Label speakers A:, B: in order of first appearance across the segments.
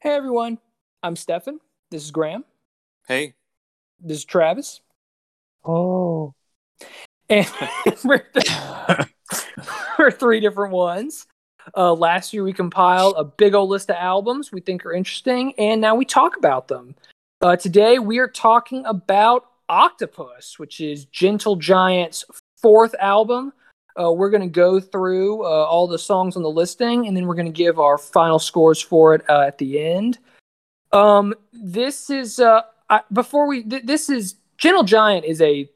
A: Hey everyone, I'm Stefan. This is Graham.
B: Hey,
A: This is Travis.
C: Oh,
A: And we're, we're three different ones. Uh, last year we compiled a big old list of albums we think are interesting, and now we talk about them. Uh, today we are talking about Octopus, which is Gentle Giant's fourth album. Uh, we're going to go through uh, all the songs on the listing, and then we're going to give our final scores for it uh, at the end. Um, this is uh, I, before we. Th- this is Gentle Giant is a.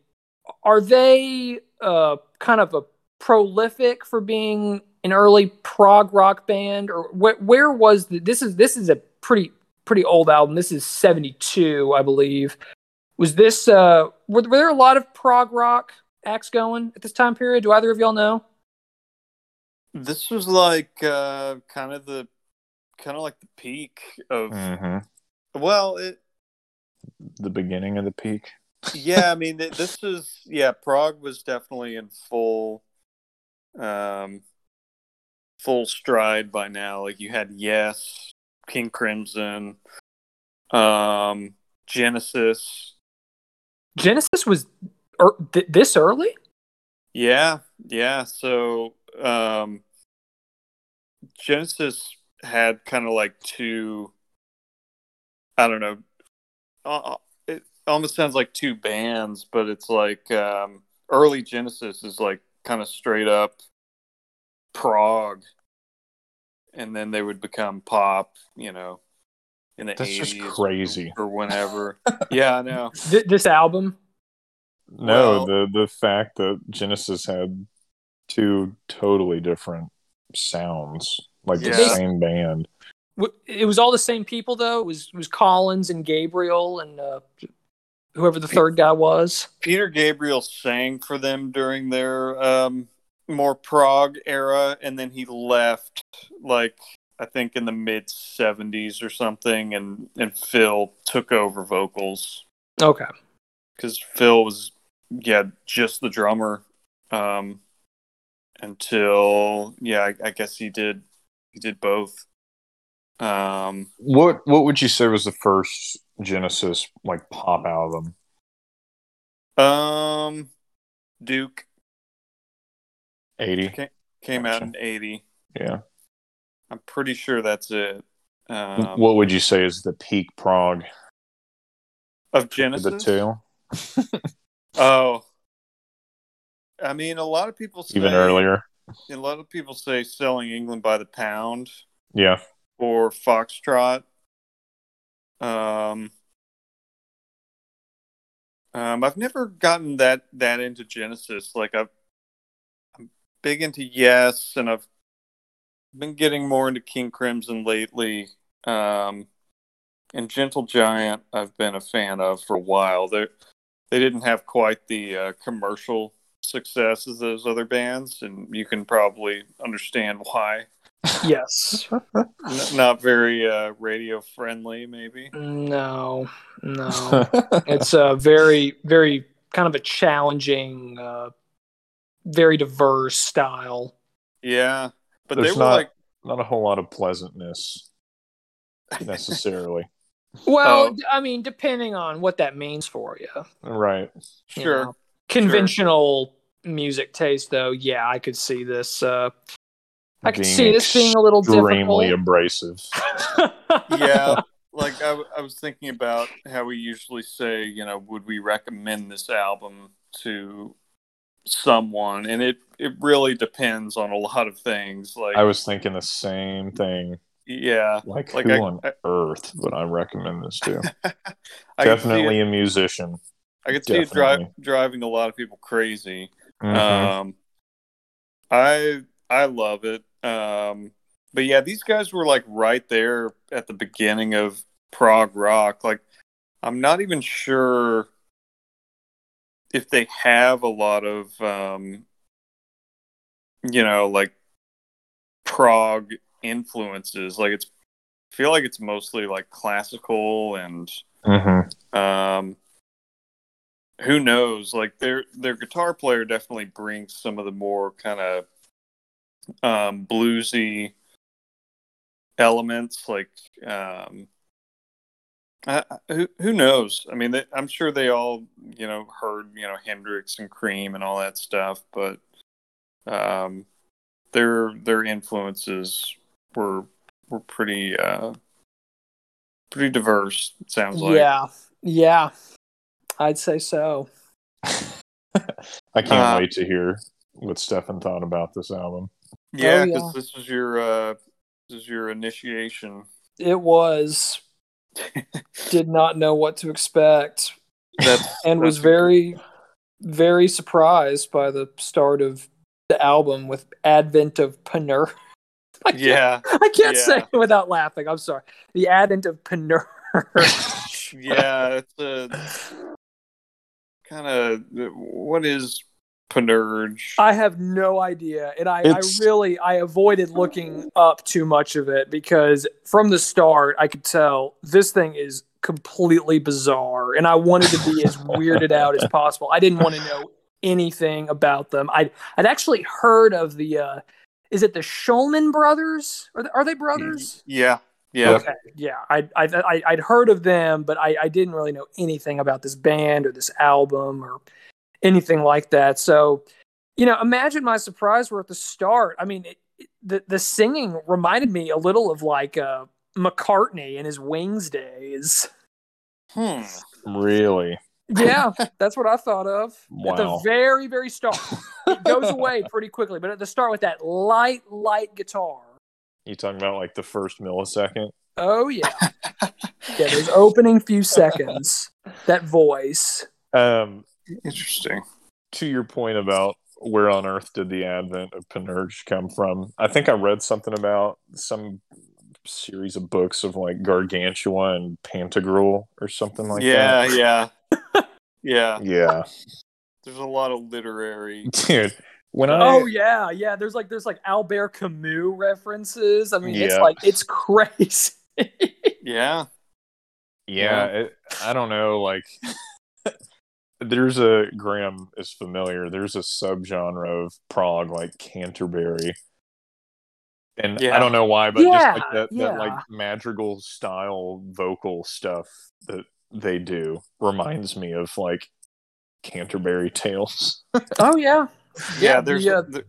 A: Are they uh, kind of a prolific for being an early prog rock band, or wh- where was the, this? Is this is a pretty pretty old album? This is seventy two, I believe. Was this uh, were, were there a lot of prog rock acts going at this time period? Do either of y'all know?
B: this was like uh, kind of the kind of like the peak of
C: hmm
B: well, it,
C: the beginning of the peak.
B: yeah. I mean, th- this is yeah. Prague was definitely in full, um, full stride by now. Like you had Yes, King Crimson, um, Genesis.
A: Genesis was er, th- this early.
B: Yeah, yeah. So um, Genesis had kind of like two. I don't know. Uh, it almost sounds like two bands, but it's like um, early Genesis is like kind of straight up prog, and then they would become pop. You know, in the
C: That's just
B: 80s or-
C: crazy.
B: or whenever. yeah, I know.
A: Th- this album.
C: No,
B: Well-
C: the the fact that Genesis had two totally different sounds, like the
B: Yeah.
C: same band.
A: W- It was all the same people though. It was it was Collins and Gabriel and uh, whoever the third guy was.
B: Peter Gabriel sang for them during their um, more prog era, and then he left, like I think in the mid '70s or something, and and Phil took over vocals
A: Okay.
B: because Phil was yeah just the drummer um, until yeah I, I guess he did he did both. Um,
C: What what would you say was the first Genesis like pop album?
B: um, Duke
C: Eighty.
B: ca- came out in '80.
C: Yeah.
B: I'm pretty sure that's it. Um,
C: what would you say is the peak prog
B: Of
C: of the
B: Genesis?
C: two?
B: Oh. I mean, a lot of people say,
C: Even earlier.
B: A lot of people say selling England by the pound
C: Yeah.
B: or Foxtrot. Um, um, I've never gotten that that into Genesis. Like I've, I'm big into Yes, and I've been getting more into King Crimson lately. Um, and Gentle Giant, I've been a fan of for a while. They they didn't have quite the uh, commercial success as those other bands, and you can probably understand why
A: Yes.
B: n- not very uh, radio friendly, maybe.
A: No, no. it's a very, very kind of a challenging, uh, very diverse style.
B: Yeah, but
C: There's
B: they were
C: not-
B: like,
C: Not a whole lot of pleasantness necessarily.
A: Well,
B: Oh.
A: d- I mean, depending on what that means for you.
C: right.
A: you
B: sure,
A: know. Conventional music taste, though, yeah, I could see this. Uh, I could
C: Being
A: see this being a little
C: extremely
A: difficult.
C: abrasive.
B: yeah. Like I, w- I was thinking about how we usually say, you know, would we recommend this album to someone? And it it really depends on a lot of things. Like,
C: I was thinking the same thing.
B: yeah,
C: Like,
B: Like,
C: who
B: I-
C: on
B: I-
C: earth would I recommend this to?
B: I could see it-
C: Definitely a musician.
B: I could see it dri-
C: Definitely.
B: driving a lot of people crazy.
C: Mhm.
B: Um, I I love it. Um, but yeah, these guys were like right there at the beginning of prog rock. Like, I'm not even sure if they have a lot of, um, you know, like prog influences. Like, it's I feel like it's mostly like classical and
C: Mhm.
B: um, who knows? Like their their guitar player definitely brings some of the more kind of um, bluesy elements like um uh, who who knows? I mean, they, I'm sure they all you know heard you know Hendrix and Cream and all that stuff, but um, their their influences were were pretty uh pretty diverse. It sounds like
A: yeah, yeah, I'd say so.
C: I can't
B: Uh,
C: wait to hear what Stefan thought about this album.
B: yeah,
A: Oh,
B: because
A: yeah.
B: this is your uh this is your initiation.
A: It was did not know what to expect
B: That's
A: and was
B: that's-
A: very very surprised by the start of the album with advent of Panur. I can't-
B: yeah
A: I can't
B: Yeah.
A: say it without laughing. I'm sorry. The advent of Panur.
B: yeah it's a kind of what is panurge?
A: I have no idea. And I, I
C: It's-
A: really I avoided looking up too much of it because from the start I could tell this thing is completely bizarre and I wanted to be as weirded out as possible. I didn't want to know anything about them. I would I'd actually heard of the uh is it the Shulman brothers? Are they, are they brothers?
B: yeah yeah
A: Okay. Yeah. I, I, I, I'd heard of them, but I, I didn't really know anything about this band or this album or anything like that. So, you know, imagine my surprise were at the start. I mean, it, it- the, the singing reminded me a little of like uh, McCartney in his Wings days.
B: Hmm.
C: Really?
A: Yeah, that's what I thought of at the
C: Wow.
A: very, very start. It goes away pretty quickly, but at the start with that light, light guitar.
C: You talking about like the first millisecond?
A: Oh yeah, yeah. Those opening few seconds, that voice.
C: Um,
B: Interesting.
C: to your point about where on earth did the advent of Panurge come from? I think I read something about some series of books of like Gargantua and Pantagruel or something like
B: yeah, yeah. yeah.
C: that. Yeah.
B: There's a lot of literary
C: Dude, when I
A: oh yeah, yeah. There's like there's like Albert Camus references. I mean, it's
C: Yeah.
A: like it's crazy.
B: Yeah.
C: yeah, it, I don't know. Like, there's a Graham is familiar. There's a subgenre of Prague like Canterbury, and I
B: Yeah.
C: don't know why, but
A: Yeah,
C: just like that,
A: yeah.
C: that like madrigal style vocal stuff that they do reminds me of like Canterbury Tales,
A: oh yeah,
B: Yeah,
A: Yeah,
B: there's
A: the, uh,
B: the-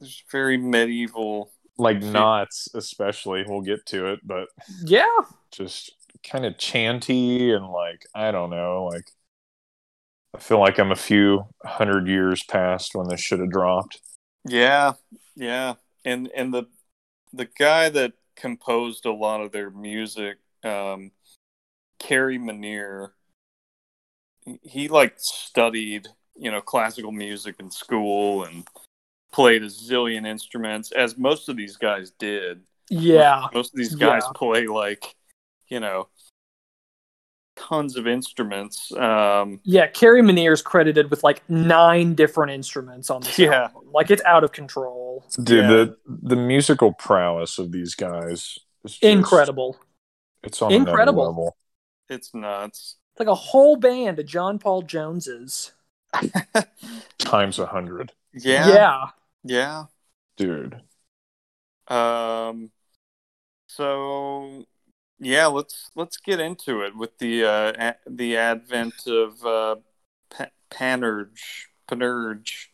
B: there's very medieval.
C: like
B: See.
C: knots especially. We'll get to it, but
A: yeah,
C: just kind of chanty and like I don't know, like I feel like I'm a few hundred years past when this should have dropped.
B: Yeah. Yeah. And and the the guy that composed a lot of their music um Carrie Manier he- he like studied, you know, classical music in school and played a zillion instruments as most of these guys did.
A: yeah,
B: most of these guys
A: Yeah.
B: play like you know tons of instruments um
A: yeah. Carrie Manier is credited with like nine different instruments on this.
B: Yeah.
A: album. like it's out of control.
C: Dude,
B: Yeah.
C: the the musical prowess of these guys is just-
A: Incredible.
C: It's on another
A: Incredible.
C: level.
B: it's nuts
A: It's like a whole band of John Paul Joneses.
C: Times a hundred.
B: yeah yeah
C: Dude.
B: um so yeah let's let's get into it with the uh a- the advent of uh pa- panurge panurge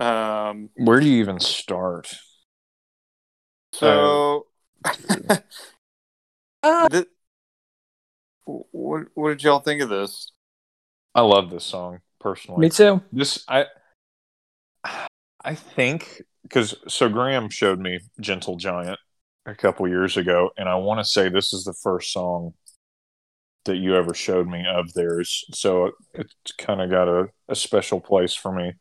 B: um
C: Where do you even start?
B: so
A: Uh,
B: th- what what did y'all think of this
C: I love this song personally.
A: me too.
C: this i i think because so graham showed me gentle giant a couple years ago and i want to say this is the first song that you ever showed me of theirs so it's kind of got a, a special place for me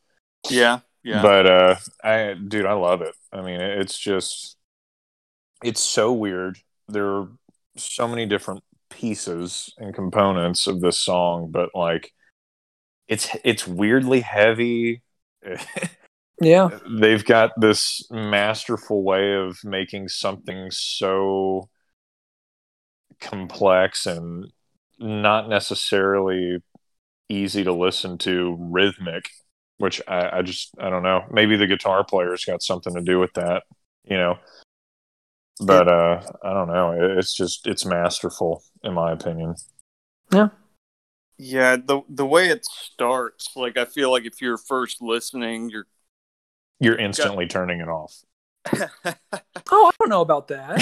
B: yeah yeah
C: but uh i dude i love it i mean it's just it's so weird there are so many different pieces and components of this song but like it's it's weirdly heavy
A: Yeah,
C: they've got this masterful way of making something so complex and not necessarily easy to listen to rhythmic which I, I just i don't know maybe the guitar player's got something to do with that you know But uh, I don't know. It- It's just it's masterful in my opinion.
B: Yeah, the the way it starts, like I feel like if you're first listening, you're
C: You're instantly turning it off.
A: Oh, I don't know about that.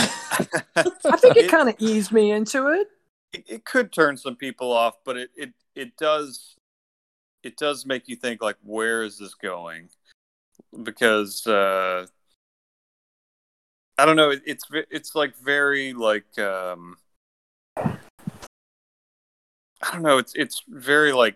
A: I think it kind of eased me into it.
B: it, it could turn some people off, but it, it it does it does make you think like where is this going? Because uh I don't know, it, it's ve- it's like very like um I don't know, it's it's very like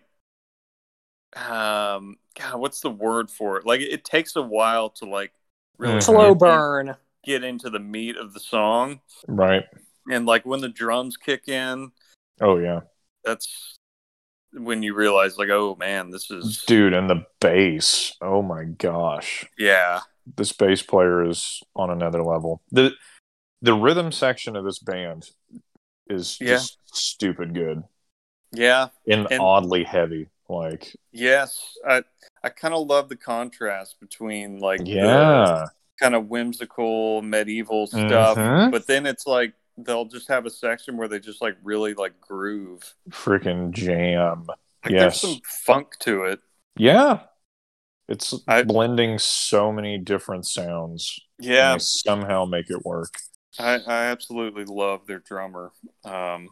B: um god, what's the word for it? Like it, it takes a while to like really
C: Mhm.
A: Slow burn.
B: get into the meat of the song
C: Right.
B: and like when the drums kick in
C: Oh yeah.
B: that's when you realize like oh man this is
C: Dude, and the bass. Oh my gosh.
B: yeah
C: This bass player is on another level. The the rhythm section of this band is
B: Yeah.
C: just stupid good.
B: yeah
C: And,
B: And-
C: oddly heavy. Like
B: yes i i kind of love the contrast between like
C: Yeah.
B: kind of whimsical medieval stuff
C: Mhm.
B: but then it's like they'll just have a section where they just like really like groove
C: Freaking jam.
B: like, there's
C: Yes.
B: some funk to it
C: Yeah. It's
B: I-
C: blending so many different sounds. and
B: yeah
C: they somehow make it work.
B: i i absolutely love their drummer um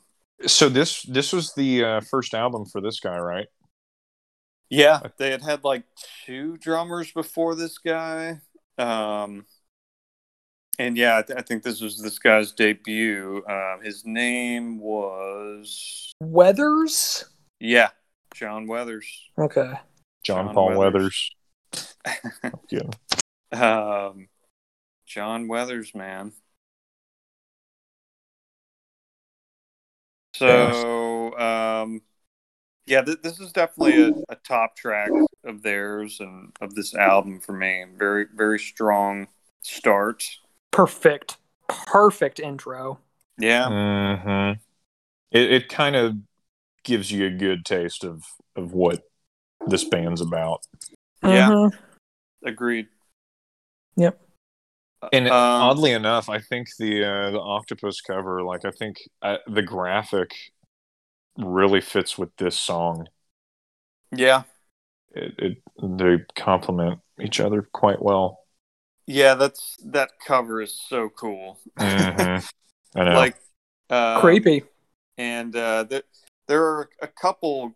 C: So this this was the uh, first album for this guy, right?
B: Yeah, they had had like two drummers before this guy. Um, and yeah, I, th- I think this was this guy's debut. Um, his name was,
A: Weathers.
B: yeah, John Weathers.
A: Okay.
C: John,
B: John
C: Paul
B: Weathers.
C: Weathers. Yeah.
B: um, John Weathers, man. So, um, yeah, th- this is definitely a, a top track of theirs and of this album for me. Very, very strong start.
A: Perfect. Perfect intro.
B: Yeah.
C: hmm It it kind of gives you a good taste of of what this band's about.
B: Yeah.
A: Mhm.
B: Agreed.
A: Yep.
C: Hmm. And
B: Um,
C: oddly enough, I think the uh, the octopus cover, like I think uh, the graphic, really fits with this song.
B: yeah,
C: It, it they complement each other quite well.
B: yeah. That's that cover is so cool.
C: Mhm. I know.
B: Mm-hmm. Like uh,
A: Creepy.
B: and uh, there there are a couple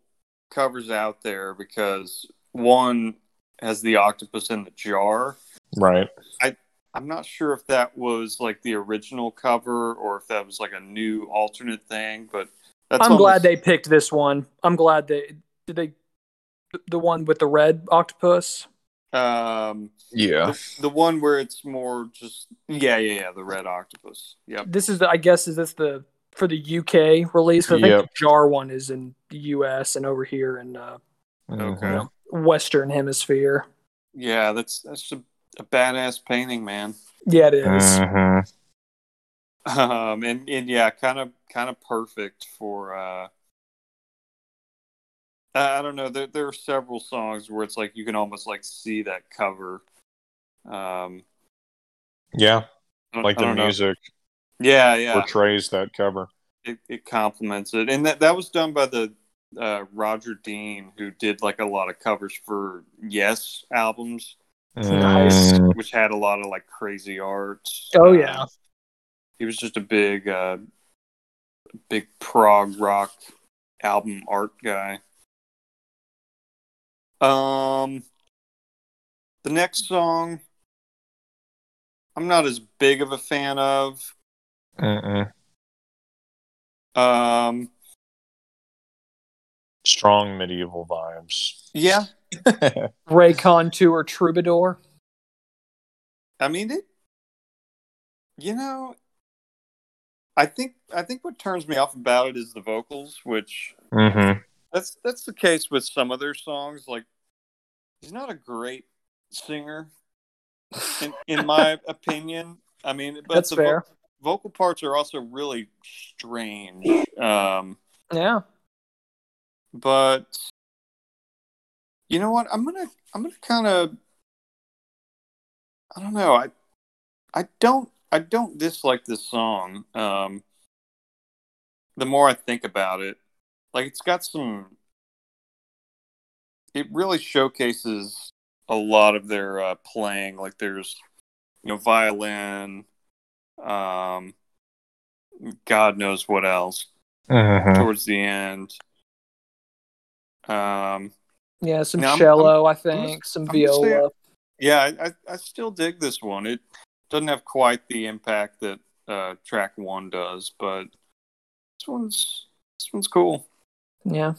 B: covers out there because one has the octopus in the jar.
C: right.
B: I'm not sure if that was like the original cover or if that was like a new alternate thing, but that's
A: I'm
B: almost-
A: glad they picked this one. I'm glad they did they the one with the red octopus.
B: um
C: Yeah.
B: the one where it's more just yeah yeah yeah the red octopus. Yep.
A: This is the I guess is this the for the UK release? 'Cause I think
C: Yep.
A: the jar one is in the US and over here in uh,
B: Okay.
C: Mhm.
A: Western Hemisphere.
B: Yeah, that's that's a, a badass painting, man.
A: Yeah, it is.
B: Mm.
C: Mhm.
B: Um and and yeah, kind of kind of perfect for uh I I don't know. There, there are several songs where it's like you can almost like see that cover. Um,
C: Yeah.
B: I don't-
C: Like
B: I
C: the
B: don't know.
C: music
B: Yeah, yeah.
C: portrays that cover.
B: it, it complements it and that, that was done by the uh, roger dean who did like a lot of covers for yes albums
A: Nice.
C: Mm.
B: which had a lot of like crazy art
A: Oh, yeah.
B: he was just a big uh big prog rock album art guy um the next song i'm not as big of a fan of
C: Mm-mm.
B: um
C: Strong medieval vibes.
B: yeah
A: Raycon tour Troubadour.
B: I mean it. You know, I think I think what turns me off about it is the vocals, which
C: mm-hmm.
B: that's that's the case with some of their songs. Like he's not a great singer, in, in my opinion. I mean, but
A: That's
B: the vo-
A: fair.
B: vocal parts are also really strange. Um,
A: Yeah.
B: but you know what i'm gonna i'm gonna kind of i don't know i i don't I don't dislike this song. Um, the more I think about it, like it's got some. It really showcases a lot of their uh, playing. Like there's, you know, violin, um, God knows what else
C: Mhm.
B: towards the end. Um,
A: Yeah, some
B: Yeah, I'm-
A: cello, i
B: I'm
A: think, some
B: I'm just saying-
A: viola.
B: Yeah, I, I, I still dig this one. It doesn't have quite the impact that uh, track one does, but this one's this one's cool.
A: Yeah,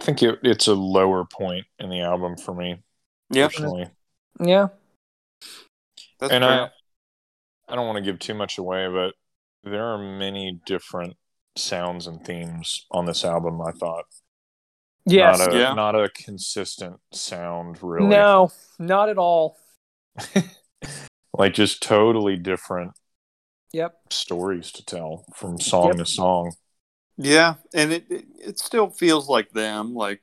C: I think it, it's a lower point in the album for me
B: Yep,
C: personally.
A: yeah.
B: that's
C: and
B: fair.
C: I, I don't want to give too much away, but there are many different sounds and themes on this album. I thought
A: Yes.
C: not a
B: Yeah.
C: not a consistent sound, really.
A: No, not at all.
C: like just totally different
A: Yep.
C: stories to tell from song
A: Yep.
C: to song.
B: yeah, and it, it it still feels like them. Like,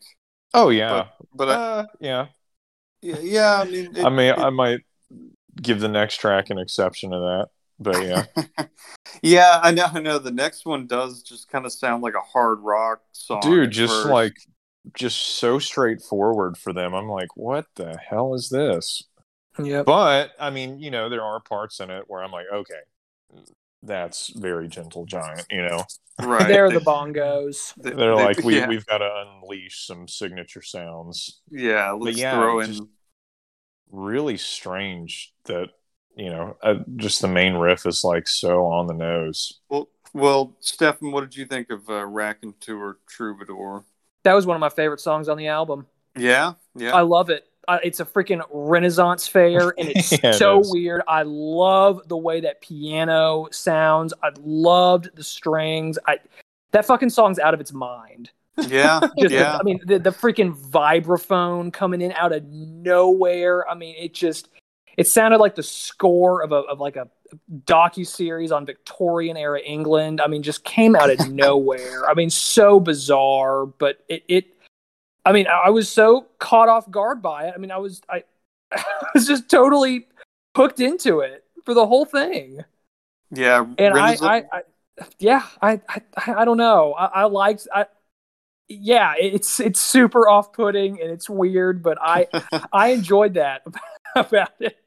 C: Oh yeah,
B: but I,
C: uh, yeah.
B: yeah, yeah, I mean, it-
C: I may
B: it-
C: I might give the next track an exception to that, but yeah,
B: yeah, I know, I know. The next one does just kind of sound like a hard rock song,
C: dude,
B: at
C: just
B: first.
C: like just so straightforward for them. I'm like, what the hell is this?
A: Yep.
C: But I mean, you know, there are parts in it where I'm like, okay, that's very gentle giant. You know,
B: right,
A: They're
B: they-
A: the bongos.
B: they-
C: they're
B: they-
C: like we
B: yeah,
C: we've got to unleash some signature sounds.
B: yeah, let's
C: yeah,
B: throw in.
C: just- Really strange that you know, uh, just the main riff is like so on the nose.
B: Well, well, Stefan, what did you think of uh, Rack and Tour Troubadour?
A: That was one of my favorite songs on the album.
B: Yeah, yeah.
A: I love it. Uh, it's a freaking Renaissance fair, and it's
C: Yeah, it
A: so
C: is.
A: weird. I love the way that piano sounds. I loved the strings. I that fucking song's out of its mind.
B: Yeah,
A: Just the-
B: yeah,
A: I mean, the, the freaking vibraphone coming in out of nowhere. I mean, it just it sounded like the score of a of like a docu series on Victorian era England. I mean, just came out of nowhere. I mean, so bizarre, but it it. I mean, I I was so caught off guard by it. I mean, I was I, I was just totally hooked into it for the whole thing
B: yeah.
A: and I,
B: Rennes-
A: I, I yeah I, I i don't know i, I liked i yeah it's it's super off-putting and it's weird but i i enjoyed that about it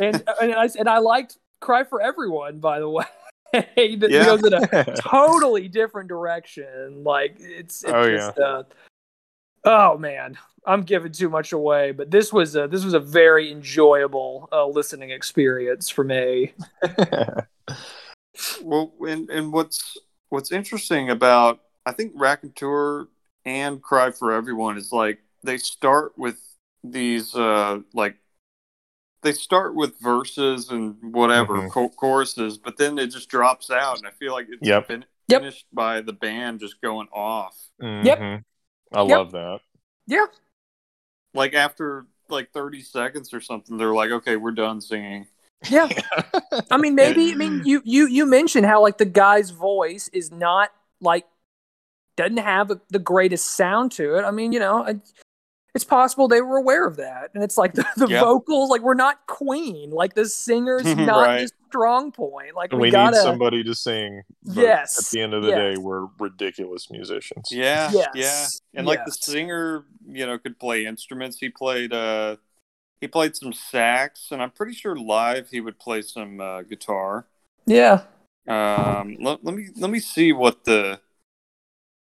A: and and i and i liked cry for everyone by the way that
B: Yeah.
A: goes in a
C: Mm-hmm.
A: totally different direction like it's, it's
C: Oh,
A: just uh, oh man i'm giving too much away but this was a this was a very enjoyable uh, listening experience for me
B: well, and and what's what's interesting about I think Rack and Tour and Cry for Everyone is like they start with these uh like they start with verses and whatever
C: Mhm.
B: cho- choruses, but then it just drops out, and I feel like it's
C: Yep.
B: fin-
A: Yep.
B: finished by the band just going off.
A: Yep.
C: Mhm. I
A: Yep.
C: love that.
B: like after like 30 seconds or something they're like okay we're done singing
A: yeah I mean, maybe. I mean, you you you mentioned how like the guy's voice is not like doesn't have the greatest sound to it. I mean, you know, I, it's possible they were aware of that, and it's like the, the
B: Yeah.
A: vocals, like we're not Queen, like the singer's not
B: Right.
A: his strong point. Like we,
C: we
A: gotta,
C: need somebody to sing. but
A: Yes.
C: At the end of the
A: Yes.
C: day, we're ridiculous musicians.
B: yeah
A: Yes.
B: yeah and like the
A: Yes.
B: singer you know could play instruments he played uh he played some sax and i'm pretty sure live he would play some uh, guitar
A: yeah,
B: um let, let me let me see what the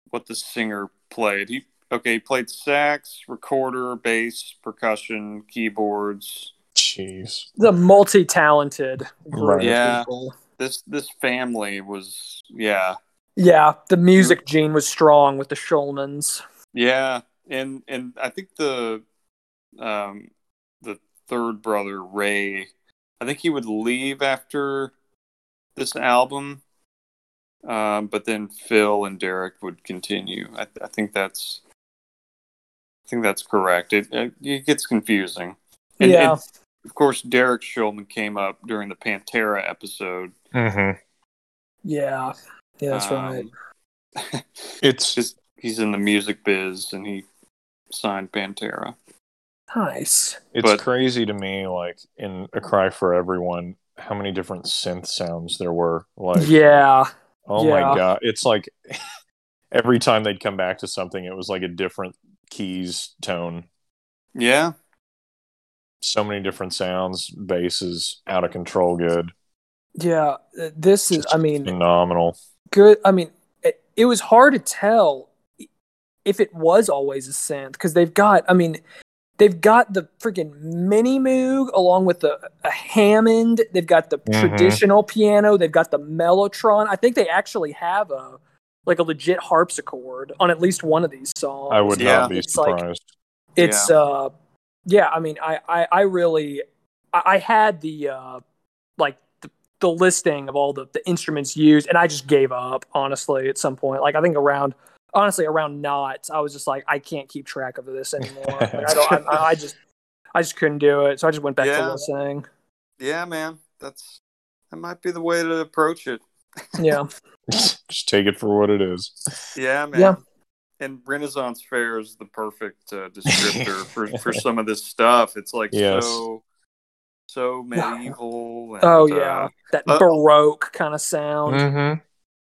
B: what the singer played he okay he played sax recorder bass percussion keyboards
C: Jeez.
A: the multi-talented group
C: Right.
A: of
B: Yeah.
A: people.
B: this this family was yeah
A: Yeah, the music
B: Mm-hmm.
A: gene was strong with the Schulmans.
B: Yeah, and and I think the um the third brother Ray, I think he would leave after this album, um, but then Phil and Derek would continue. I, I think that's I think that's correct. It it, it gets confusing. And,
A: yeah,
B: and of course, Derek Shulman came up during the Pantera episode.
C: Mm-hmm.
A: yeah, yeah. That's right.
B: Um,
C: It's
B: Just he's in the music biz, and he signed Pantera.
A: Nice.
C: it's
B: but-
C: crazy to me. Like in a cry for everyone, how many different synth sounds there were. Like,
A: yeah.
C: oh
A: yeah.
C: my god, it's like every time they'd come back to something, it was like a different keys tone.
B: Yeah.
C: So many different sounds, basses, out of control, good,
A: Yeah. Uh, This is, I mean,
C: phenomenal.
A: good. I mean, it, it was hard to tell if it was always a synth because they've got, I mean, they've got the freaking mini Moog along with the a Hammond. They've got the
C: Mhm.
A: traditional piano. They've got the Mellotron. I think they actually have a like a legit harpsichord on at least one of these songs.
C: I would
B: Yeah.
C: not be
A: It's like-
C: surprised.
A: it's uh yeah i mean i i, I really I, I had the uh like the, the listing of all the, the instruments used and i just gave up honestly at some point like i think around honestly around knots i was just like i can't keep track of this anymore like, i don't I, I just i just couldn't do it so i just went back
B: Yeah.
A: to listening
B: Yeah, man. That's that might be the way to approach it.
A: yeah
C: Just take it for what it is.
B: Yeah, man.
A: Yeah.
B: And Renaissance Fair is the perfect uh, descriptor for, for some of this stuff. It's like
C: Yes.
B: so so medieval. And,
A: oh yeah
B: uh,
A: that
B: uh,
A: baroque kind of sound
C: Mm-hmm.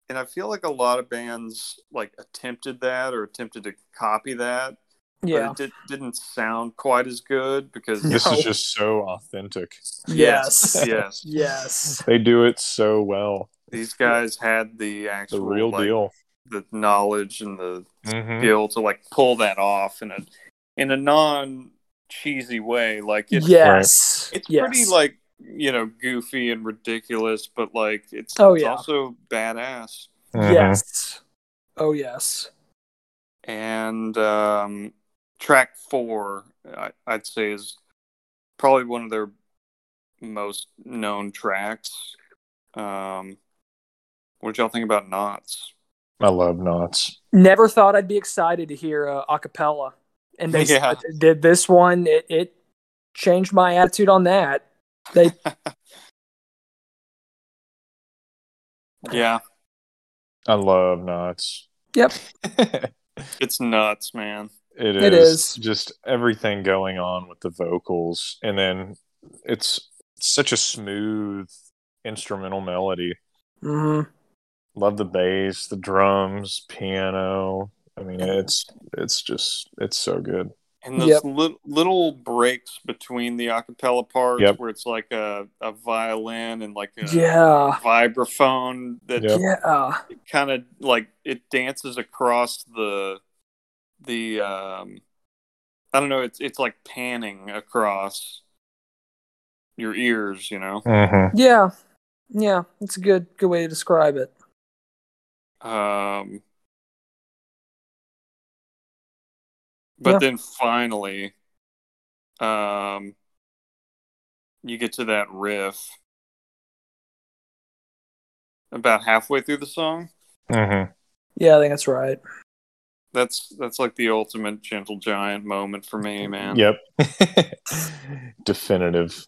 B: and I feel like a lot of bands like attempted that or attempted to copy that,
A: yeah
B: but it did, didn't sound quite as good because
C: This
A: No.
C: is just so authentic.
A: yes
B: yes,
A: yes
C: They do it so well.
B: these guys had the
C: The
B: actual
C: real
B: like,
C: deal.
B: the knowledge and the
C: Mm-hmm.
B: skill to like pull that off in a in a non cheesy way. Like it's
A: yes
B: it's
A: yes.
B: pretty like you know goofy and ridiculous, but like it's,
A: Oh,
B: it's
A: yeah.
B: also badass.
C: Uh-huh. Mm-hmm.
A: yes oh yes
B: And um, track four, I, I'd say, is probably one of their most known tracks. Um, what did y'all think about Knots?
C: I love knots.
A: never thought I'd be excited to hear uh, acapella, and they uh,
B: Yeah.
A: did this one. It, it changed my attitude on that. They
B: Yeah,
C: I love knots.
A: Yep.
C: it
B: it's nuts, man.
C: is.
A: It is.
C: just everything going on with the vocals, and then it's such a smooth instrumental melody.
A: Mhm.
C: Love the bass, the drums, piano. I mean, it's it's just it's so good.
B: And those
A: Yep.
B: lit- little breaks between the acapella parts
C: Yep.
B: where it's like a, a violin and like a
A: yeah,
B: vibraphone that
C: Yep.
A: yeah,
B: kind of like it dances across the the um I don't know, it's it's like panning across your ears, you know.
C: Mm-hmm.
A: yeah, yeah. It's a good good way to describe it.
B: Um but
A: Yeah.
B: then finally um you get to that riff about halfway through the song.
C: Mm-hmm.
A: Yeah, I think that's right.
B: That's that's like the ultimate gentle giant moment for me, man.
C: Yep. Definitive.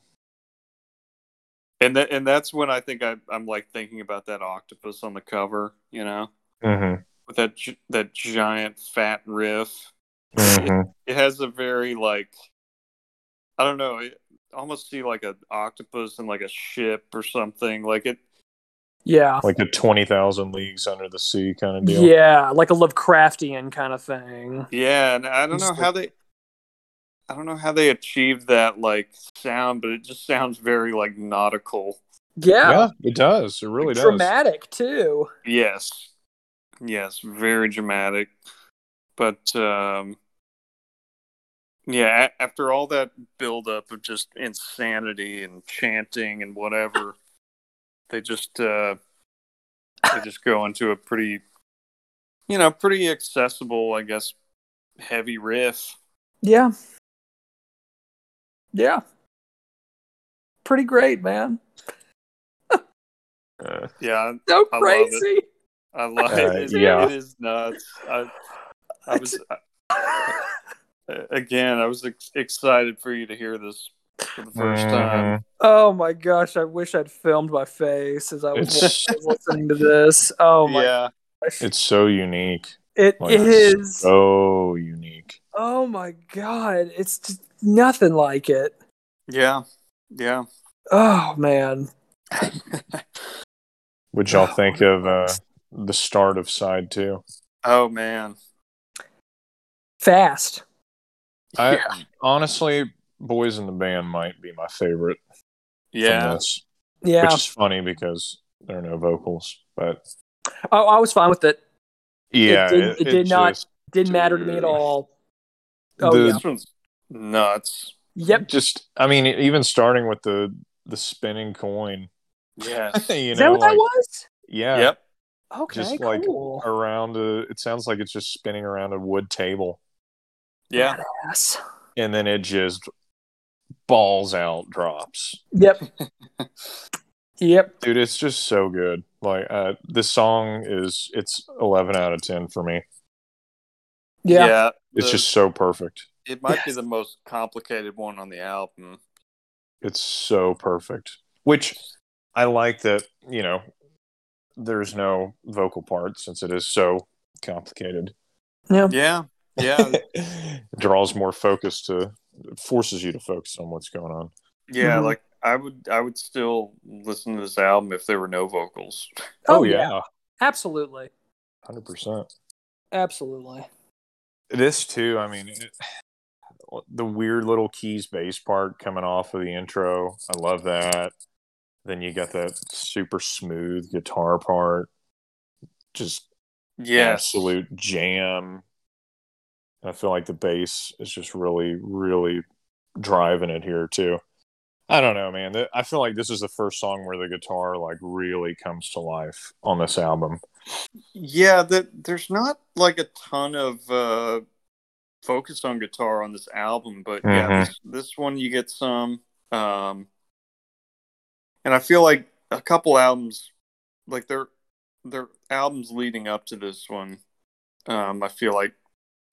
B: And that and that's when I think I, I'm like thinking about that octopus on the cover, you know,
C: Mm-hmm.
B: with that gi- that giant fat riff.
C: Mm-hmm.
B: It has a very like, I don't know, it, almost see like an octopus and like a ship or something. Like it,
A: Yeah,
C: Like a twenty thousand leagues under the sea kind of deal.
A: yeah, like a Lovecraftian kind of thing.
B: yeah. And I don't know how they, I don't know how they achieved that like sound, but it just sounds very like nautical.
A: Yeah,
C: Yeah, it does. It really does.
A: dramatic too.
B: Yes. Yes, very dramatic. But um yeah, a- after all that build up of just insanity and chanting and whatever, they just uh they just go into a pretty you know, pretty accessible, I guess, heavy riff.
A: Yeah. Yeah. Pretty great, man.
C: Uh,
B: Yeah,
A: So
B: I love it.
A: crazy.
B: I love
C: Uh,
B: it. It's-
C: yeah.
B: It is nuts. I, I was again, I was ex- excited for you to hear this for the 1st
C: Mm.
B: time.
A: oh my gosh, I wish I'd filmed my face as I was
C: It's-
A: watching- listening to this. Oh my
B: yeah.
A: gosh.
C: It's so unique.
A: It
C: Like,
A: is.
C: so unique.
A: Oh my god, it's just nothing like it.
B: Yeah. Yeah.
A: Oh man.
C: Would y'all think of uh, the start of side two?
B: Oh man.
A: Fast.
C: I honestly, boys in the band might be my favorite from
B: Yeah.
C: this,
A: Yeah.
C: which is funny because there are no vocals. But
A: Oh, I was fine with it.
C: yeah,
A: did- it did not-
C: just-
A: Didn't matter to me at all. Oh,
C: The-
A: yeah.
B: This one's nuts.
A: Yep.
C: Just I mean, even starting with the the spinning coin.
B: Yes.
C: you
A: Is
C: know,
A: that what
C: like,
A: that was?
C: Yeah.
B: Yep.
A: Okay,
C: just like
A: cool.
C: around a, it sounds like it's just spinning around a wood table
B: Yeah.
A: Yes.
C: and then it just balls out drops
A: Yep. yep.
C: dude it's just so good like uh this song is it's 11 out of 10 for me
A: Yeah.
C: it's
B: The-
C: just so perfect
B: it might be
A: Yes.
B: the most complicated one on the album.
C: it's so perfect which i like that you know there's no vocal part since it is so complicated
A: Yeah.
B: Yeah. Yeah.
C: draws more focus to forces you to focus on what's going on
B: Yeah,
A: Mhm.
B: like I would I would still listen to this album if there were no vocals.
A: Oh, yeah. Absolutely.
C: 100%
A: Absolutely.
C: this too i mean it, the weird little keys bass part coming off of the intro i love that then you got that super smooth guitar part just absolute jam i feel like the bass is just really really driving it here too i don't know man Th- i feel like this is the first song where the guitar like really comes to life on this album
B: Yeah, that there's not like a ton of uh focus on guitar on this album, but yeah,
C: Mhm.
B: this, this one you get some um and I feel like a couple albums like their their albums leading up to this one um I feel like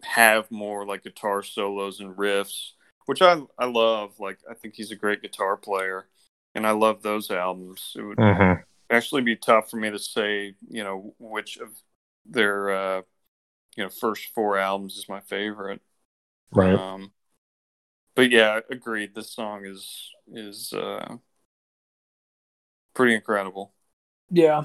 B: have more like guitar solos and riffs, which I I love. Like I think he's a great guitar player and I love those albums. It would
C: mm-hmm.
B: actually be tough for me to say, you know, which of their uh you know first four albums is my favorite.
C: right
B: Um but yeah, agreed. This song is is uh pretty incredible.
A: Yeah.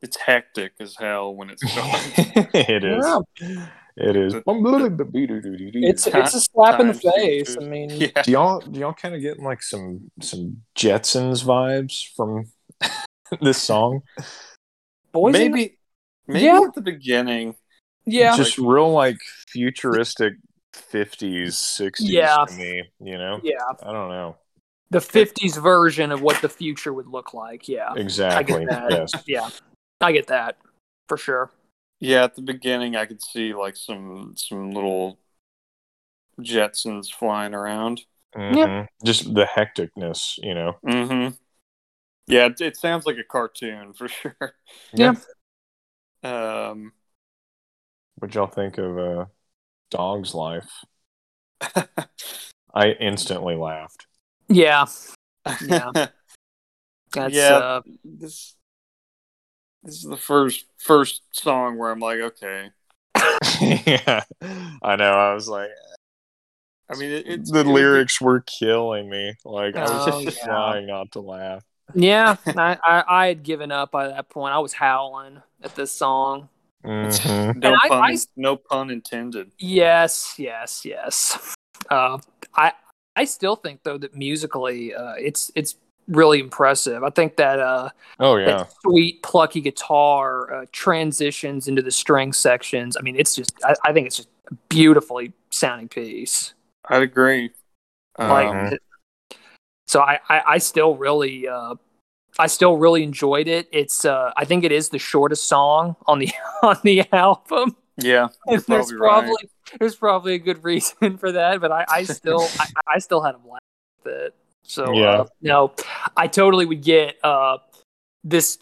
B: It's hectic as hell when it's going.
C: it is
A: Yeah.
C: It is.
A: It's
C: It's,
A: it's a slap in the
B: Times two,
A: face.
B: two.
A: I mean,
B: yeah.
C: do y'all do y'all kind of get like some some Jetsons vibes from this song?
A: boys. in
B: Maybe maybe
A: Yeah.
B: at the beginning.
A: the- yeah.
C: just real like futuristic fifties, sixties
A: Yeah.
C: to me. You know,
A: yeah.
C: I don't know
A: The 50s version of what the future would look like. Yeah.
C: exactly.
A: that.
C: Yes,
A: Yeah. I get that for sure.
B: Yeah, at the beginning I could see like some some little Jetsons flying around.
C: Mhm. just the hecticness. You know,
B: Mm-hmm. Yeah, it, it sounds like a cartoon for sure.
A: Yeah.
B: Um,
C: what y'all think of uh, Dog's Life? I instantly laughed.
A: Yeah. Yeah. That's
B: Yeah.
A: uh
B: this this is the first first song where I'm like, okay.
C: yeah, I know. I was like,
B: I mean, it, it's
C: the
B: it would be-
C: lyrics were killing me. Like I was
A: Oh,
C: just
A: yeah.
C: trying not to laugh.
A: yeah, I, I I had given up by that point. I was howling at this song.
C: Mhm.
B: no
A: and I-
B: pun
A: I-
B: no pun intended.
A: Yes, yes, yes. Uh, I I still think though that musically, uh, it's it's really impressive. I think that uh,
C: oh yeah,
A: that sweet plucky guitar uh, transitions into the string sections. I mean, it's just I, I think it's just a beautifully sounding piece.
B: I'd agree.
A: Like,
B: Um,
C: Mhm.
A: so I I, I still really. Uh, I still really enjoyed it. It's uh, I think it is the shortest song on the on the album.
B: yeah, you're
A: And there's
B: probably right.
A: probably there's probably a good reason for that, but I, I still I, I still had a blast with it. So yeah.
C: Yeah.
A: uh, no, I totally would get uh this.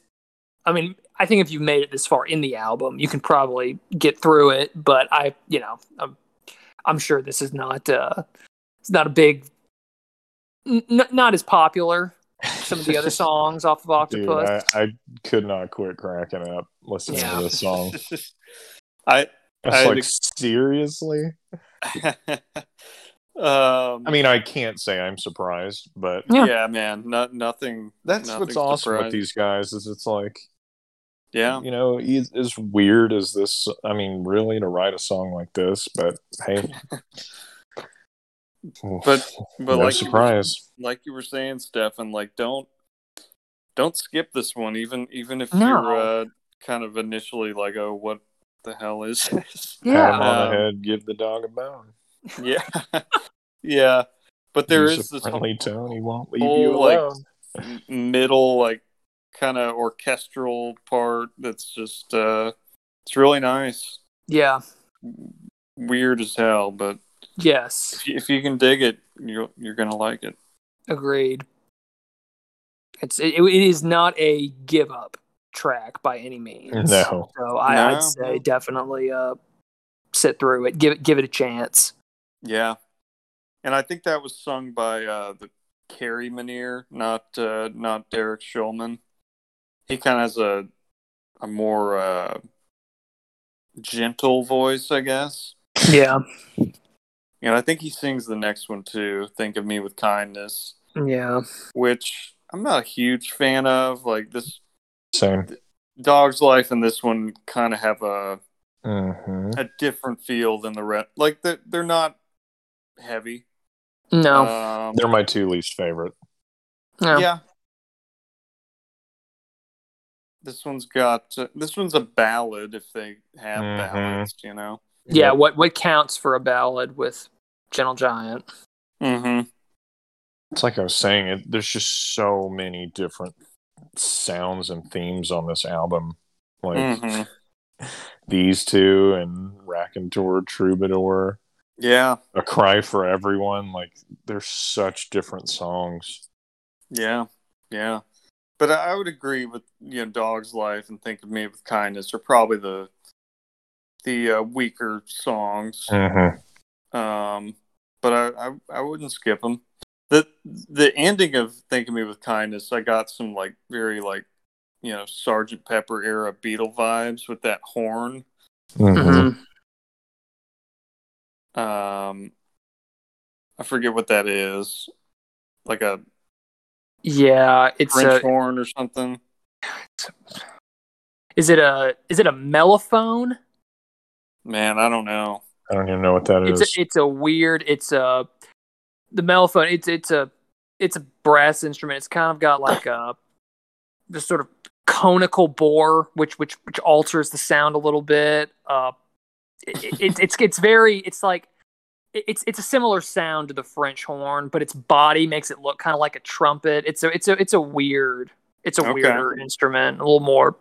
A: I mean, I think if you've made it this far in the album, you can probably get through it. But I, you know, I'm I'm sure this is not uh it's not a big n- n- not as popular some of the other songs off of
C: dude,
A: Octopus.
C: I, I could not quit cracking up listening
A: Yeah.
C: to this song.
B: I
C: I was
B: I'd
C: like,
B: ex-
C: seriously,
B: Um,
C: I mean, I can't say I'm surprised, but
A: Yeah.
B: yeah. man, not nothing.
C: that's
B: nothing's
C: what's awesome
B: surprised.
C: with these guys is it's like
B: Yeah,
C: you know it's as weird as this. I mean, really to write a song like this, but hey,
B: But- but
C: no
B: like
C: surprise.
B: like you were saying, Stefan, like don't don't skip this one, even even if
A: No.
B: you're uh, kind of initially like, oh, what the hell is this?
C: Pat him
A: Yeah.
C: on
B: Um,
C: the head, give the dog a bone.
B: yeah, yeah. But there
C: Use
B: is
C: a
B: this
C: friendly tone. He won't leave you
B: whole, like-
C: alone.
B: m- middle like kind of orchestral part that's just uh it's really nice
A: Yeah.
B: weird as hell but
A: Yes.
B: if you, if you can dig it you're you're gonna like it
A: Agreed. It's it, it is not a give up track by any means.
C: no,
A: So I,
B: No.
A: I'd say definitely uh, sit through it. Give it give it a chance.
B: yeah and i think that was sung by uh the Carrie Manier, not uh not derek shulman he kind of has a a more uh gentle voice i guess
A: Yeah.
B: and i think he sings the next one too think of me with kindness
A: Yeah.
B: which I'm not a huge fan of. Like this
C: same.
B: Dog's Life and this one kind of have a
C: hmm
B: a different feel than the rest. Like they're, they're not heavy.
A: No.
B: Um,
C: They're my two least favorite.
A: no.
B: yeah. This one's got uh, this one's a ballad if they have
C: Mhm.
B: ballads, you know.
A: Yeah, what what counts for a ballad with Gentle Giant?
B: Mm-hmm.
C: It's like I was saying, it, there's just so many different sounds and themes on this album. Like
B: Mhm.
C: these two and Raconteur, Troubadour,
B: Yeah.
C: A Cry for Everyone. Like they're such different songs.
B: Yeah, yeah. But I I would agree with you know, Dog's Life and Think of Me with Kindness are probably the the uh, weaker songs.
C: Mm-hmm.
B: Um, but I, I I wouldn't skip them. the The ending of Think of Me with Kindness, I got some like very like you know Sergeant Pepper era Beatle vibes with that horn.
C: Mm-hmm.
B: Mm-hmm.
A: Mhm.
B: Um, I forget what that is, like a
A: Yeah, it's
B: French
A: a,
B: horn or something.
A: is it a is it a mellophone?
B: Man, I don't know.
C: I don't even know what that is.
A: it's a, it's a weird it's a the mellophone it's it's a it's a brass instrument it's kind of got like a this sort of conical bore which which which alters the sound a little bit uh it, it, it's it's very it's like it- it's it's a similar sound to the french horn but its body makes it look kind of like a trumpet it's a it's a it's a weird it's a
B: Okay.
A: weirder instrument a little more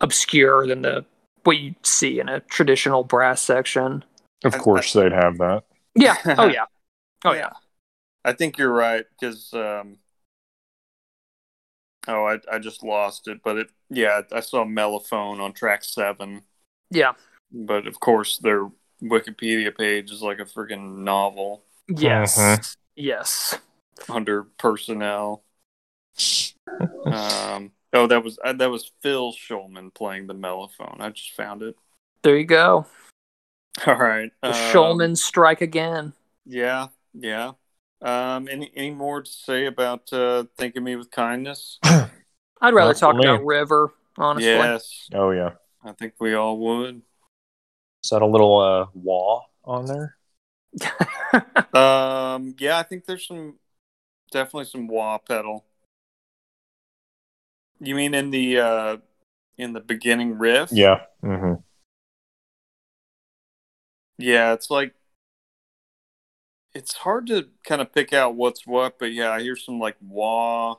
A: obscure than the what you see in a traditional brass section
C: of course, they'd have that.
A: yeah oh yeah oh yeah
B: I think you're right because um, oh, I I just lost it, but it yeah, I saw mellophone on track seven,
A: Yeah.
B: but of course their Wikipedia page is like a freaking novel
A: Yes.
C: Mhm.
A: Yes.
B: under personnel. Um, oh, that was uh, that was Phil Schulman playing the mellophone. I just found it.
A: There you go.
B: All right,
A: The
B: um,
A: Schulman strike again.
B: Yeah, yeah. Um, any any more to say about uh, thinking me with kindness?
A: I'd rather
C: Not for
A: talk
C: me.
A: about River, honestly.
B: Yes,
C: Oh yeah,
B: I think we all would.
C: is that a little uh, wah on there?
A: Mm-hmm.
B: Um, yeah, I think there's some definitely some wah pedal. You mean in the uh in the beginning riff?
C: Yeah. Mm-hmm.
B: Yeah, it's like it's hard to kind of pick out what's what, but yeah, I hear some like wah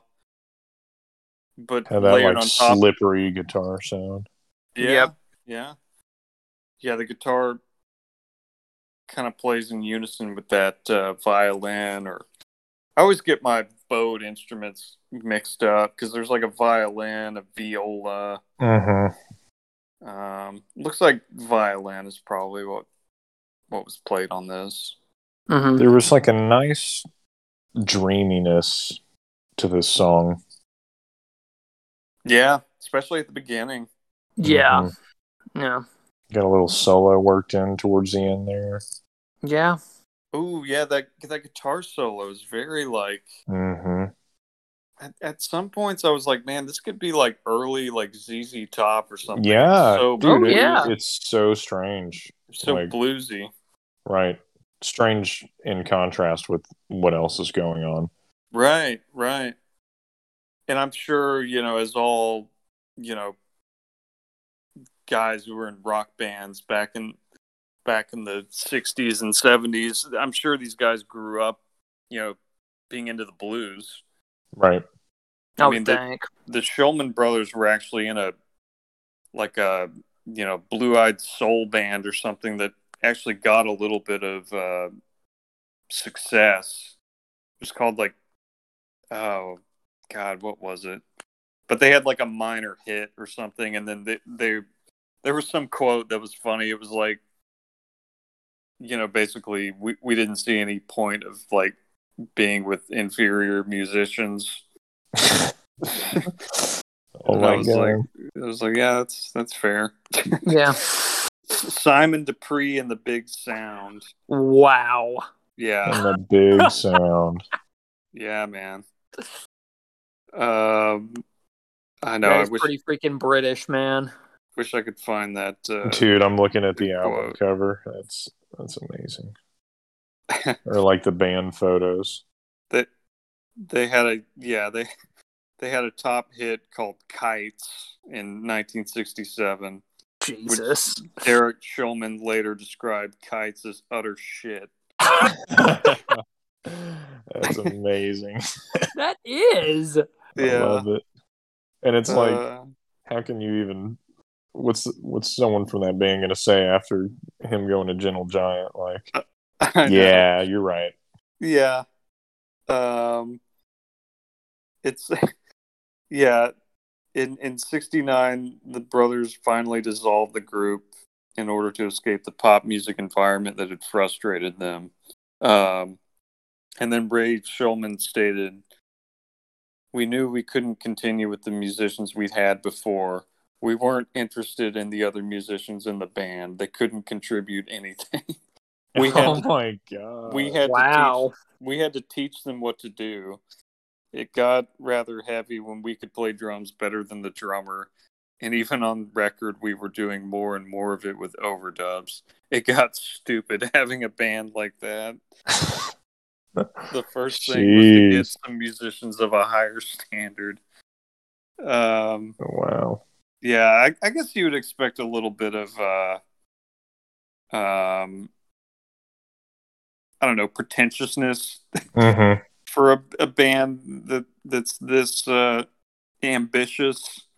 B: but
C: Have that
B: layered
C: like
B: on top.
C: slippery guitar sound.
B: Yeah.
A: Yep.
B: Yeah. Yeah, the guitar kind of plays in unison with that uh, violin or I always get my bowed instruments mixed up cuz there's like a violin, a viola.
C: Mm-hmm.
B: Um looks like violin is probably what what was played on this.
A: Mhm.
C: There was like a nice dreaminess to this song.
B: Yeah, especially at the beginning.
A: Yeah.
C: Mhm.
A: Yeah.
C: Got a little solo worked in towards the end there.
A: Yeah.
B: Oh yeah, that that guitar solo is very like.
C: Mm-hmm.
B: At, at some points, I was like, man, this could be like early like ZZ Top or something.
C: Yeah,
B: so
A: dude,
C: it-
A: Oh, yeah.
C: it's so strange,
B: so
C: like-
B: bluesy,
C: right? Strange in contrast with what else is going on.
B: right? Right. And I'm sure you know, as all you know, guys who were in rock bands back in back in the '60s and '70s, I'm sure these guys grew up, you know, being into the blues.
C: Right.
A: I,
B: I
A: would
B: mean, the-
A: think.
B: the Shulman brothers were actually in a like a you know blue eyed soul band or something that actually got a little bit of uh, success. It was called like oh god, what was it? But they had like a minor hit or something, and then they they there was some quote that was funny. It was like you know basically we, we didn't see any point of like being with inferior musicians
C: Oh
B: And I
C: my
B: was
C: god.
B: like, I was like, yeah, that's that's fair.
A: Yeah.
B: Simon Dupree and the Big Sound.
A: Wow.
B: Yeah,
C: and the big sound.
B: yeah, man. Um, I know.
A: that
B: I
A: is
B: wish
A: pretty freaking British, man.
B: wish I could find that. Uh,
C: Dude, I'm looking at the album
B: quote.
C: cover. That's that's amazing. or like the band photos.
B: that they had a yeah they they had a top hit called Kites in 1967.
A: Jesus.
B: Derek Shulman later described Kites as utter shit.
C: that's amazing.
A: that is.
C: I love it. And it's like,
B: Uh,
C: how can you even? What's what's someone from that band going to say after him going to Gentle Giant? Like,
B: I know.
C: yeah, you're right.
B: Yeah. Um it's yeah, in in 69 the brothers finally dissolved the group in order to escape the pop music environment that had frustrated them. Um and then Ray Shulman stated, "We knew we couldn't continue with the musicians we'd had before. We weren't interested in the other musicians in the band. They couldn't contribute anything. We had
C: oh my god,
B: we had to teach
A: wow.
B: we had to teach them what to do. It got rather heavy when we could play drums better than the drummer. And even on record, we were doing more and more of it with overdubs. It got stupid having a band like that. The first thing was
C: Jeez.
B: to get some musicians of a higher standard. Um,
C: Wow,
B: yeah, I, I guess you would expect a little bit of, uh, um, I don't know, pretentiousness
C: Mhm.
B: for a, a band that that's this uh, ambitious.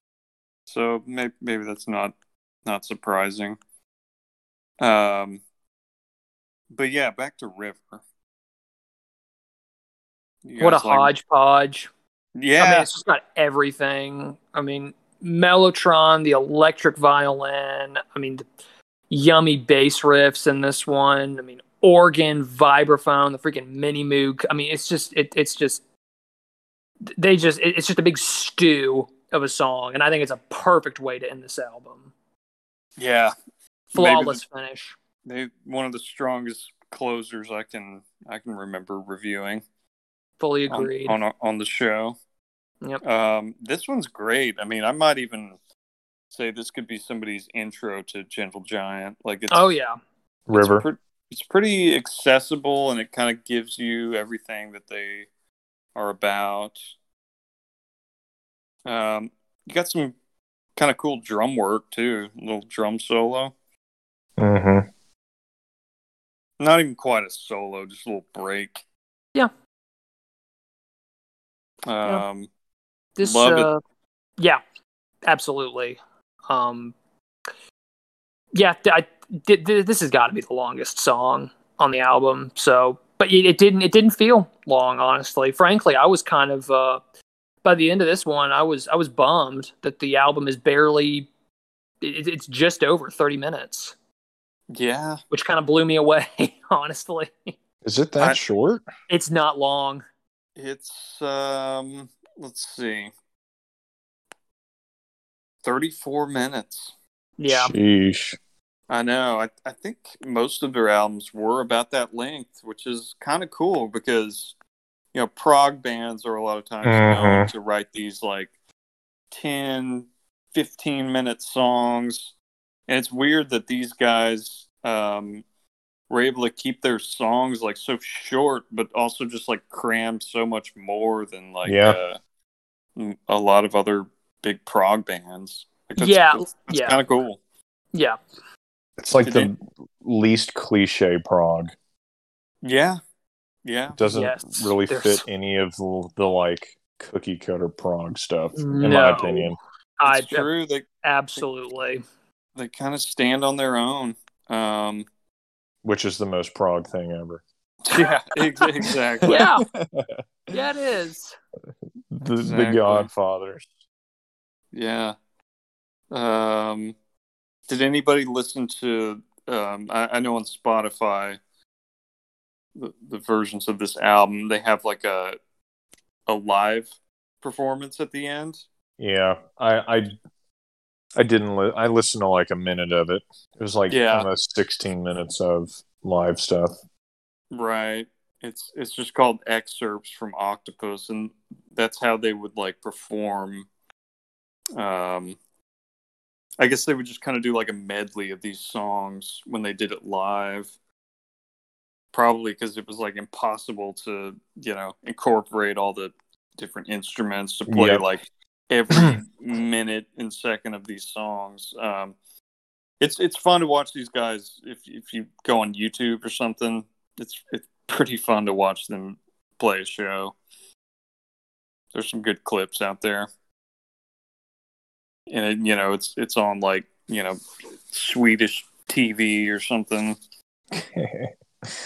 B: So maybe, maybe that's not not surprising. Um, but yeah, back to River. You
A: What a
B: guys like-
A: hodgepodge. I mean,
B: Yeah,
A: it's just got everything. I mean, Mellotron, the electric violin. I mean, the yummy bass riffs in this one. I mean, organ, vibraphone, the freaking mini moog. I mean, it's just it, it's just they just it- it's just a big stew of a song, and I think it's a perfect way to end this album.
B: yeah. Maybe the-
A: Flawless finish.
B: They one of the strongest closers I can I can remember reviewing.
A: Fully
B: on-
A: agreed.
B: on our- on the show.
A: Yep.
B: Um, this one's great. I mean, I might even say this could be somebody's intro to Gentle Giant. Like, it's,
A: oh yeah,
C: River.
B: pre- it's pretty accessible, and it kind of gives you everything that they are about. Um, you got some kind of cool drum work too. little drum solo.
C: hmm
B: Not even quite a solo, just a little break.
A: Yeah. Yeah.
B: Um,
A: this
B: Love it.
A: uh, yeah absolutely um yeah th- I, th- th- this has got to be the longest song on the album so but it, it didn't it didn't feel long honestly frankly i was kind of uh by the end of this one i was i was bummed that the album is barely it, it's just over 30 minutes
B: yeah.
A: which kind of blew me away honestly
C: Is it that
B: I-
C: short?
A: it's not long
B: It's um let's see. 34 minutes.
A: yeah
C: Sheesh.
B: I know. I, I think most of their albums were about that length, which is kind of cool because, you know, prog bands are a lot of times known
C: Mhm.
B: to write these like 10, 15 minute songs. And it's weird that these guys um, were able to keep their songs like so short, but also just like cram so much more than like
C: Yeah.
B: uh, m- a lot of other big prog bands. Like, that's-
A: Yeah,
B: that's
A: yeah.
B: kind of cool.
A: Yeah.
C: It's like
B: Did
C: the least cliche prog.
B: Yeah. Yeah.
C: It doesn't
A: Yes,
C: really
A: there's-
C: fit any of the, the like cookie cutter prog stuff, in
A: No.
C: my opinion.
A: I
B: It's true. They
A: absolutely.
B: they kind of stand on their own. Um
C: Which is the most prog thing ever.
B: yeah, ex- exactly.
A: Yeah. Yeah, it is.
C: The, the
B: Exactly.
C: Godfathers.
B: Yeah. Um did anybody listen to um I, I know on Spotify the, the versions of this album they have like a a live performance at the end.
C: Yeah, I I, I didn't. Li- I listened to like a minute of it. It was like
B: Yeah.
C: almost sixteen minutes of live stuff.
B: Right. It's it's just called excerpts from Octopus, and that's how they would like perform. Um, I guess they would just kind of do like a medley of these songs when they did it live. Probably because it was like impossible to you know incorporate all the different instruments to play
C: Yeah.
B: like every minute and second of these songs. Um, it's it's fun to watch these guys if if you go on YouTube or something. It's it's pretty fun to watch them play a show. There's some good clips out there, and it, you know it's it's on like you know Swedish TV or something.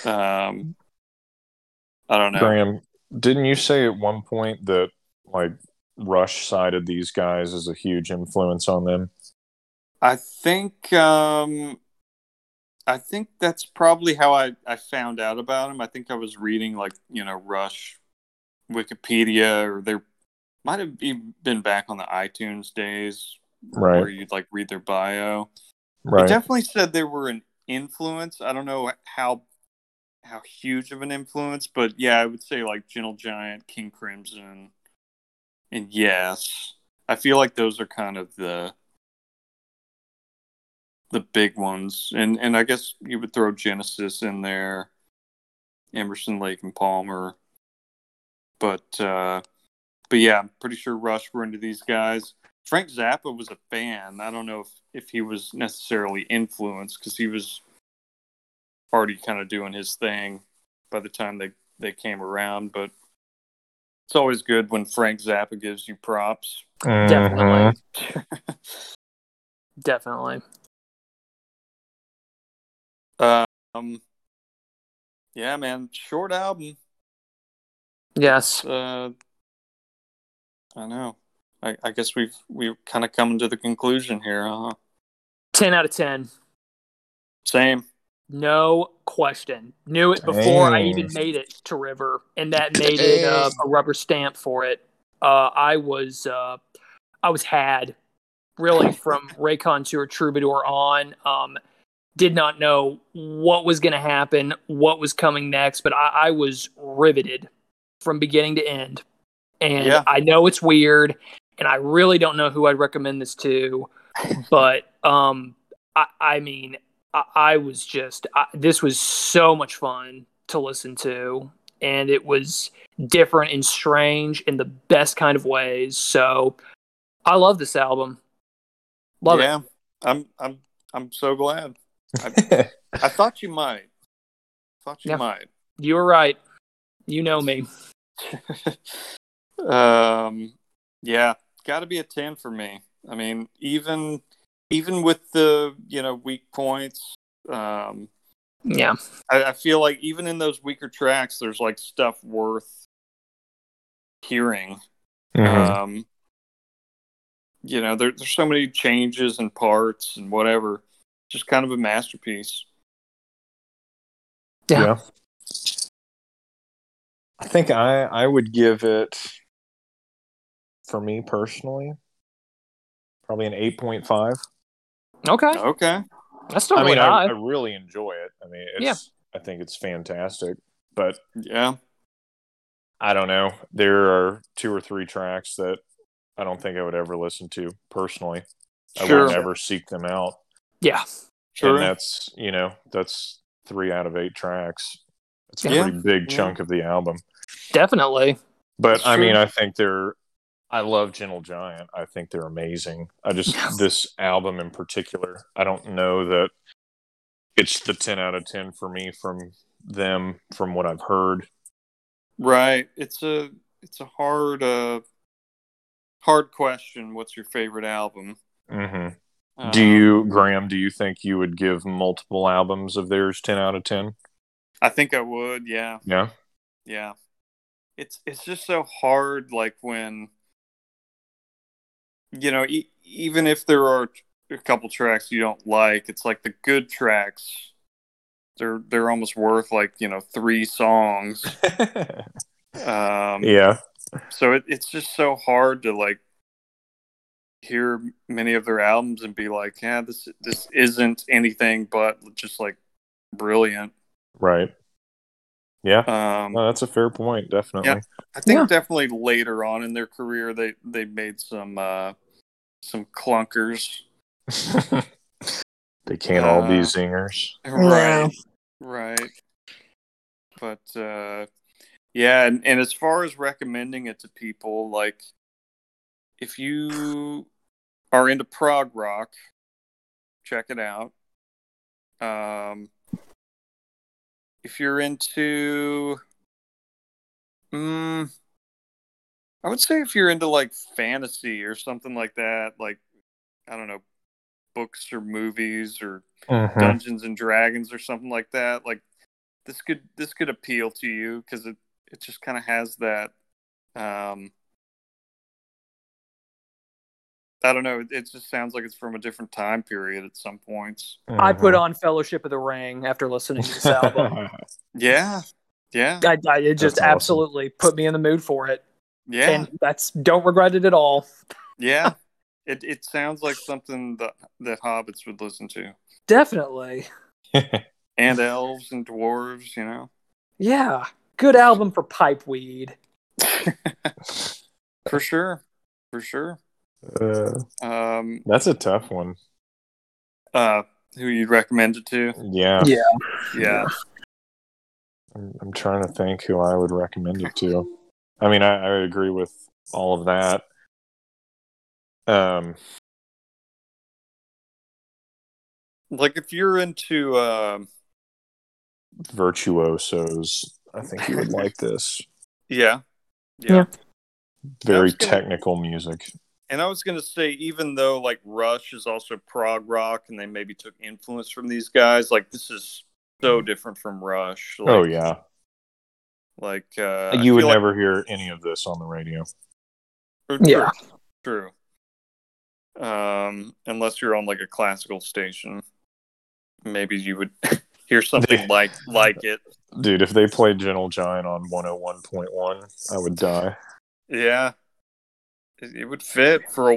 B: Um, I don't know.
C: Graham, didn't you say at one point that like Rush sided these guys as a huge influence on them?
B: I think um, I think that's probably how I, I found out about him. I think I was reading like you know Rush Wikipedia or there might have even been back on the iTunes days
C: Right.
B: where you'd like read their bio. It
C: Right.
B: definitely said they were an influence. I don't know how how huge of an influence, but yeah, I would say like Gentle Giant, King Crimson, and Yes. I feel like those are kind of the the big ones, and and I guess you would throw Genesis in there, Emerson, Lake, and Palmer, but uh, but yeah, I'm pretty sure Rush were into these guys. Frank Zappa was a fan. I don't know if, if he was necessarily influenced because he was already kind of doing his thing by the time they, they came around. But it's always good when Frank Zappa gives you props.
C: Mm-hmm.
A: Definitely. Definitely.
B: Um, yeah, man, short album.
A: Yes.
B: Uh, I know. I, I guess we've we've kind of come to the conclusion here, uh-huh. huh?
A: 10 out of 10.
B: Same.
A: No question. Knew it before I
C: Dang.
A: even made it to River, and that made it uh, a rubber stamp for it. Uh, I was, uh, I was had, really, from Raycon Tour Troubadour on. Um, did not know what was going to happen, what was coming next, but I, I was riveted from beginning to end. And
B: Yeah.
A: I know it's weird, and I really don't know who I'd recommend this to, but um, I, I mean, I, I was just I, this was so much fun to listen to, and it was different and strange in the best kind of ways. So I love this album. Love it.
B: yeah. I'm I'm I'm so glad. I thought you might. Thought you
A: Yeah.
B: might.
A: You were right. You know me.
B: Um, yeah, got to be a ten for me. I mean, even even with the you know weak points, um,
A: Yeah.
B: I, I feel like even in those weaker tracks, there's like stuff worth hearing.
C: Mhm.
B: Um, you know, there, there's so many changes and parts and whatever. Just kind of a masterpiece.
A: Yeah.
C: yeah. I think I I would give it for me personally probably an eight point five.
A: Okay.
B: Okay,
A: That's not
C: I mean,
A: really
C: I,
A: high.
C: I really enjoy it. I mean, it's, I think it's fantastic, but
B: Yeah.
C: I don't know. There are two or three tracks that I don't think I would ever listen to personally. I
B: Sure.
C: would never seek them out.
A: yeah.
B: True.
C: And that's, you know, that's three out of eight tracks. It's a
B: Yeah.
C: pretty big
B: Yeah.
C: chunk of the album.
A: Definitely.
C: But
B: That's
C: I mean,
B: true.
C: I think they're. I love Gentle Giant. I think they're amazing. I just
A: Yes.
C: this album in particular. I don't know that it's the ten out of ten for me from them from what I've heard.
B: Right. It's a it's a hard uh hard question. What's your favorite album?
C: hmm
B: Um,
C: do you, Graham? Do you think you would give multiple albums of theirs ten out of ten?
B: I think I would. Yeah.
C: Yeah.
B: Yeah. It's it's just so hard like when you know, e- even if there are a couple tracks you don't like, it's like the good tracks they're they're almost worth like, you know, three songs. Um
C: yeah.
B: so it, it's just so hard to like hear many of their albums and be like, yeah, this this isn't anything but just like brilliant.
C: Right. Yeah.
B: Um,
C: No, that's a fair point. Definitely.
B: Yeah. I think
A: Yeah.
B: definitely later on in their career they they made some uh, some clunkers,
C: they can't all be
B: Uh,
C: zingers.
A: Yeah.
B: right? Right. But uh, yeah, and, and as far as recommending it to people, like if you are into prog rock, check it out. Um, if you're into, mm, I would say if you're into like fantasy or something like that, like I don't know, books or movies or
C: Mhm.
B: Dungeons and Dragons or something like that. Like this could this could appeal to you because it it just kind of has that. Um, I don't know. It, it just sounds like it's from a different time period at some points.
A: I put
C: Mhm.
A: on Fellowship of the Ring after listening to this album.
B: Yeah, yeah,
A: I, I, it just
C: That's awesome.
A: absolutely put me in the mood for it.
B: yeah,
A: And that's don't regret it at all.
B: yeah. It it sounds like something that that hobbits would listen to,
A: Definitely.
B: and elves and dwarves. You know,
A: Yeah. Good album for pipe weed.
B: for sure, for sure.
C: Uh,
B: Um,
C: that's a tough one.
B: uh, who you'd recommend it to?
C: Yeah.
A: Yeah.
B: Yeah,
C: I'm, I'm trying to think who I would recommend it to. I mean, I, I would agree with all of that. Um,
B: like if you're into um
C: virtuosos, I think you would like this.
B: yeah yeah,
A: Yeah.
C: Very
B: That's good.
C: technical music.
B: and i was gonna say even though like rush is also prog rock and they maybe took influence from these guys like this is so
A: Mm-hmm.
B: different from rush like,
C: oh yeah,
B: like uh I
C: you would
B: feel like-
C: never hear any of this on the radio.
B: or-
A: Yeah.
B: true, true um unless you're on like a classical station maybe you would hear something like like it
C: Dude, if they played Gentle Giant on 101.1, I would die.
B: yeah it, it would fit for a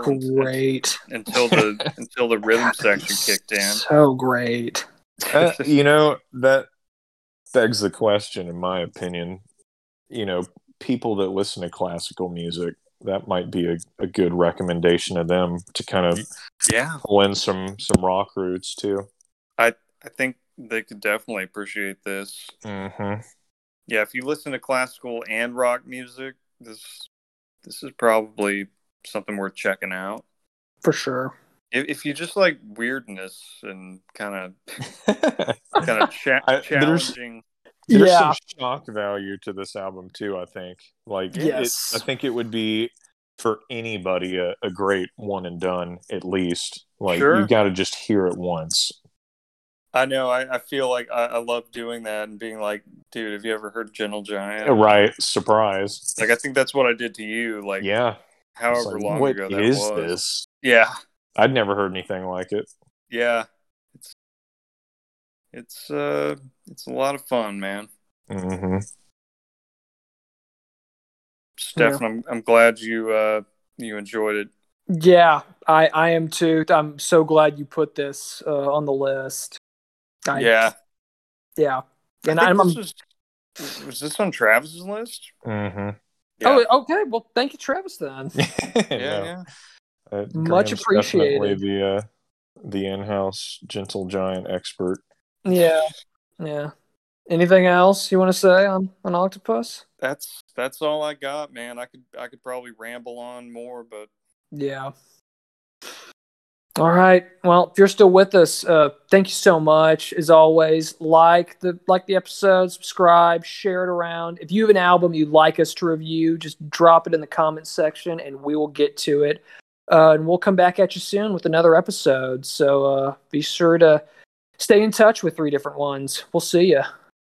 A: Great.
B: until the until the rhythm section kicked in
A: So great.
C: Uh, you know that begs the question in my opinion you know people that listen to classical music that might be a, a good recommendation to them to kind of
B: yeah
C: pull in some some rock roots too
B: I think they could definitely appreciate this.
C: mm-hmm.
B: Yeah, if you listen to classical and rock music, this this is probably something worth checking out.
A: For sure.
B: If, if you just like weirdness and kind of kind of cha-
C: I- there's-
B: challenging,
C: there's
A: yeah.
C: some shock value to this album too i think like it-
A: Yes.
C: i think it would be for anybody a, a great one and done at least like
B: Sure.
C: you got to just hear it once
B: I know I, I feel like I, I love doing that and being like, dude, have you ever heard Gentle Giant?
C: Uh, right surprise
B: Like I think that's what I did to you. Like
C: yeah It's
B: however
C: like,
B: long
C: what
B: ago that
C: is
B: was.
C: this?
B: Yeah,
C: I'd never heard anything like it.
B: yeah. It's it's uh it's a lot of fun, man.
C: Mm-hmm.
B: Stefan, I'm I'm glad you uh you enjoyed it.
A: Yeah, I I am too. I'm so glad you put this uh, on the list. I-
B: yeah.
A: yeah.
B: I
A: And
B: think
A: I'm, I'm
B: this is- was this on Travis's list?
C: Mm-hmm.
B: Yeah.
A: oh okay. Well, thank you, Travis. Then
B: yeah, yeah.
A: Much appreciated.
C: The uh, the in-house gentle giant expert.
A: yeah, yeah. Anything else you want to say on an octopus?
B: That's that's all I got, man. I could I could probably ramble on more, but
A: Yeah. All right. Well, if you're still with us, uh, thank you so much. As always, like the like the episode, subscribe, share it around. If you have an album you'd like us to review, just drop it in the comments section, and we will get to it. Uh, and we'll come back at you soon with another episode. So uh, be sure to stay in touch with three different ones. We'll see you.